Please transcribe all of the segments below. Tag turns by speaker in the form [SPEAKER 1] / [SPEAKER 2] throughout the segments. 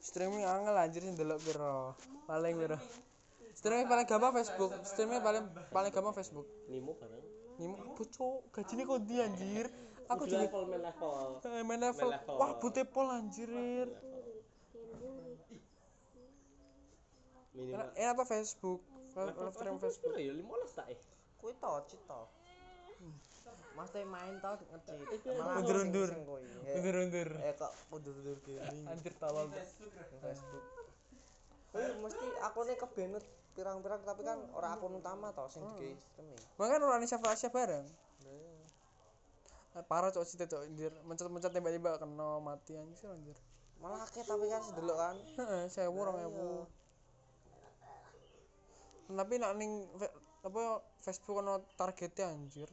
[SPEAKER 1] streaming angel anjir sing delok piro paling piro streaming paling gampang Facebook streaming paling paling gampang Facebook
[SPEAKER 2] Nimo barang.
[SPEAKER 1] Nyimu bocok gajine kok ndi anjir aku
[SPEAKER 2] Udah
[SPEAKER 1] jadi
[SPEAKER 2] level main level.
[SPEAKER 1] Eh, main level
[SPEAKER 2] level.
[SPEAKER 1] wah bute pol anjir
[SPEAKER 2] Minimal.
[SPEAKER 1] enak enak eh, apa Facebook Enak-
[SPEAKER 2] Level
[SPEAKER 1] enak streaming Facebook
[SPEAKER 2] Facebook ya 15 tak eh.
[SPEAKER 3] Kuwi to, cit to. Hmm. Mas teh main to ngecit. Malah
[SPEAKER 1] Undur-undur.
[SPEAKER 3] sing kuwi. Eh,
[SPEAKER 1] undur-undur
[SPEAKER 3] Eh kok
[SPEAKER 2] Oh,
[SPEAKER 3] undur-undur gaming
[SPEAKER 1] Eh, anjir tolol
[SPEAKER 3] Facebook. Kuwi mesti akune kebenet pirang-pirang tapi kan ora akun utama to sing di sistem
[SPEAKER 1] Makanya orang Indonesia Asia bareng.
[SPEAKER 2] Nah.
[SPEAKER 1] Eh, Parah cok sih cok anjir. Mencet-mencet tiba-tiba kena mati anjir anjir.
[SPEAKER 3] Malah akeh tapi kan sedelok kan.
[SPEAKER 1] Heeh, 1000 2000. Tapi nak ning fe- apa ya, Facebook ono targetnya anjir.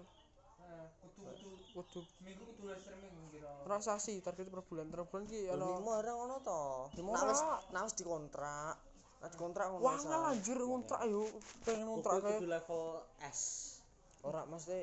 [SPEAKER 1] Kudu
[SPEAKER 4] minggu kudu live streaming oh. kira.
[SPEAKER 1] transaksi target per bulan. Per bulan ki ono
[SPEAKER 3] Limo orang ono to.
[SPEAKER 1] Limo
[SPEAKER 3] Nah wis
[SPEAKER 1] ora.
[SPEAKER 3] nah wis dikontrak. Nah dikontrak ngono.
[SPEAKER 1] Wah,
[SPEAKER 3] misal.
[SPEAKER 1] ngal anjir ngontrak yo pengen ngontrak
[SPEAKER 2] Kopi
[SPEAKER 1] kayak
[SPEAKER 2] kudu level S.
[SPEAKER 3] Ora mesti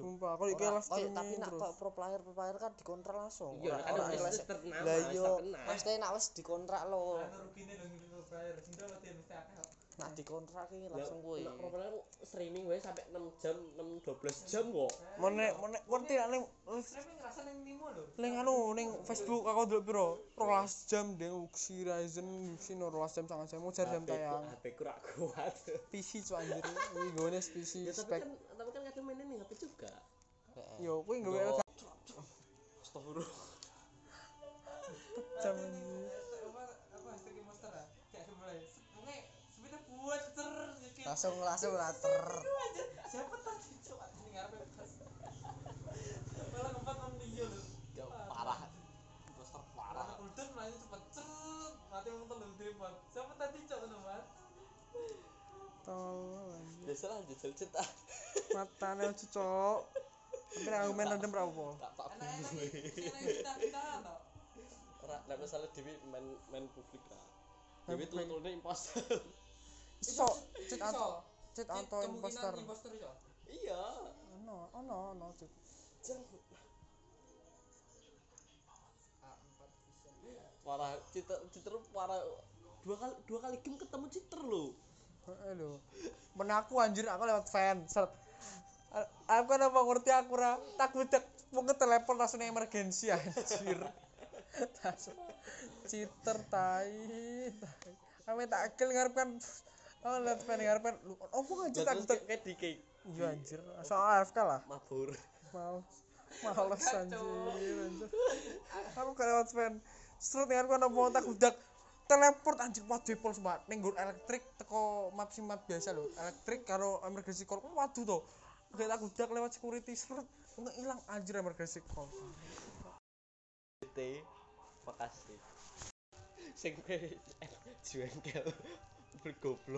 [SPEAKER 1] sumpah kalau iki
[SPEAKER 3] Ora,
[SPEAKER 1] live
[SPEAKER 3] koyo- tapi
[SPEAKER 1] streaming
[SPEAKER 3] nak
[SPEAKER 1] terus.
[SPEAKER 3] kok pro player pro player kan dikontrak langsung.
[SPEAKER 2] Iya,
[SPEAKER 3] Ora-
[SPEAKER 2] kan
[SPEAKER 3] ora
[SPEAKER 2] ada
[SPEAKER 3] kelas-
[SPEAKER 2] wis terkenal.
[SPEAKER 3] Lah
[SPEAKER 2] wis
[SPEAKER 3] iya,
[SPEAKER 2] terkenal.
[SPEAKER 3] mesti nak wis dikontrak lo.
[SPEAKER 4] Anu rugine lho ngene lho player. Sinta mesti mesti akeh.
[SPEAKER 3] Nak dikontrak iki
[SPEAKER 2] Lah,
[SPEAKER 3] langsung kuwi.
[SPEAKER 2] Nak profile aku streaming wae sampai 6 jam, 6 12 jam kok.
[SPEAKER 1] Mone mone ngerti nak ning
[SPEAKER 4] Streaming ngerasa ning Nimo lho.
[SPEAKER 1] Ning anu ning Facebook aku ndelok piro? 12 jam deh Uxi Ryzen Uxi no 12 jam sangat jam ujar jam
[SPEAKER 2] HP ku-
[SPEAKER 1] tayang.
[SPEAKER 2] HP ku rak kuat.
[SPEAKER 1] PC cok anjir. Iki gone PC
[SPEAKER 2] Ya tapi
[SPEAKER 1] spek.
[SPEAKER 2] kan tapi kan kadang mainnya ning HP juga.
[SPEAKER 1] Yo kuwi nggawe
[SPEAKER 2] Astagfirullah.
[SPEAKER 1] jam.
[SPEAKER 4] Apa apa hashtag monster ah? Kayak mulai. Oke, sepeda buat ter.
[SPEAKER 3] Langsung langsung later.
[SPEAKER 4] Siapa tadi cok ning ngarepe pas. Malah keempat om dia lho.
[SPEAKER 2] Ya parah. Monster parah.
[SPEAKER 4] Karena kultur melayu cepet cer. Mati wong telur demo. Siapa tadi cok ngono, Mas?
[SPEAKER 1] Tolol anjir.
[SPEAKER 2] Biasalah jajal ah. cita.
[SPEAKER 1] Matane ojo cok. Tapi nek aku main tandem ra apa?
[SPEAKER 2] Tak tak
[SPEAKER 4] Enak-enak
[SPEAKER 2] bunuh.
[SPEAKER 4] iki, enak-enak kita-kita to.
[SPEAKER 2] Ora nek masalah dhewe main main publik ra.
[SPEAKER 1] Main
[SPEAKER 2] Dhewe
[SPEAKER 1] publik.
[SPEAKER 2] tuntune imposter.
[SPEAKER 1] Iso cek
[SPEAKER 4] Cek
[SPEAKER 1] anto
[SPEAKER 4] iso.
[SPEAKER 1] cek
[SPEAKER 4] Cek
[SPEAKER 1] anto
[SPEAKER 4] kemungkinan
[SPEAKER 1] imposter.
[SPEAKER 4] imposter iso.
[SPEAKER 2] Iya.
[SPEAKER 1] Ono ono ono cek.
[SPEAKER 2] Jangan.
[SPEAKER 4] Ah, empat iso.
[SPEAKER 2] Parah cita citer parah dua kali dua kali game ketemu citer lo.
[SPEAKER 1] Heeh lho. Menaku anjir aku lewat fan. Set. A- Aku kan apa ngerti aku ra tak budek mau ke telepon langsung emergensi anjir. Langsung cheater tai. Ame tak akil ngarepkan Oh, lewat fan ngarepkan. Lu opo anjir
[SPEAKER 2] Lah
[SPEAKER 1] tak
[SPEAKER 2] terus
[SPEAKER 1] budek.
[SPEAKER 2] kayak di kayak
[SPEAKER 1] Iya anjir. Soal AFK lah.
[SPEAKER 2] mabur.
[SPEAKER 1] Males. Males anjir. anjir. Aku gak lewat fan. Seret ngarepkan apa tak budak teleport anjir waduh pol sembat ning nggon elektrik teko map si map biasa lho. Elektrik karo emergency call. Waduh to. Gak tak budak lewat security seret. Enggak ilang anjir emergency call.
[SPEAKER 2] T. Makasih. Sing pe- juengkel eh, bergoblok.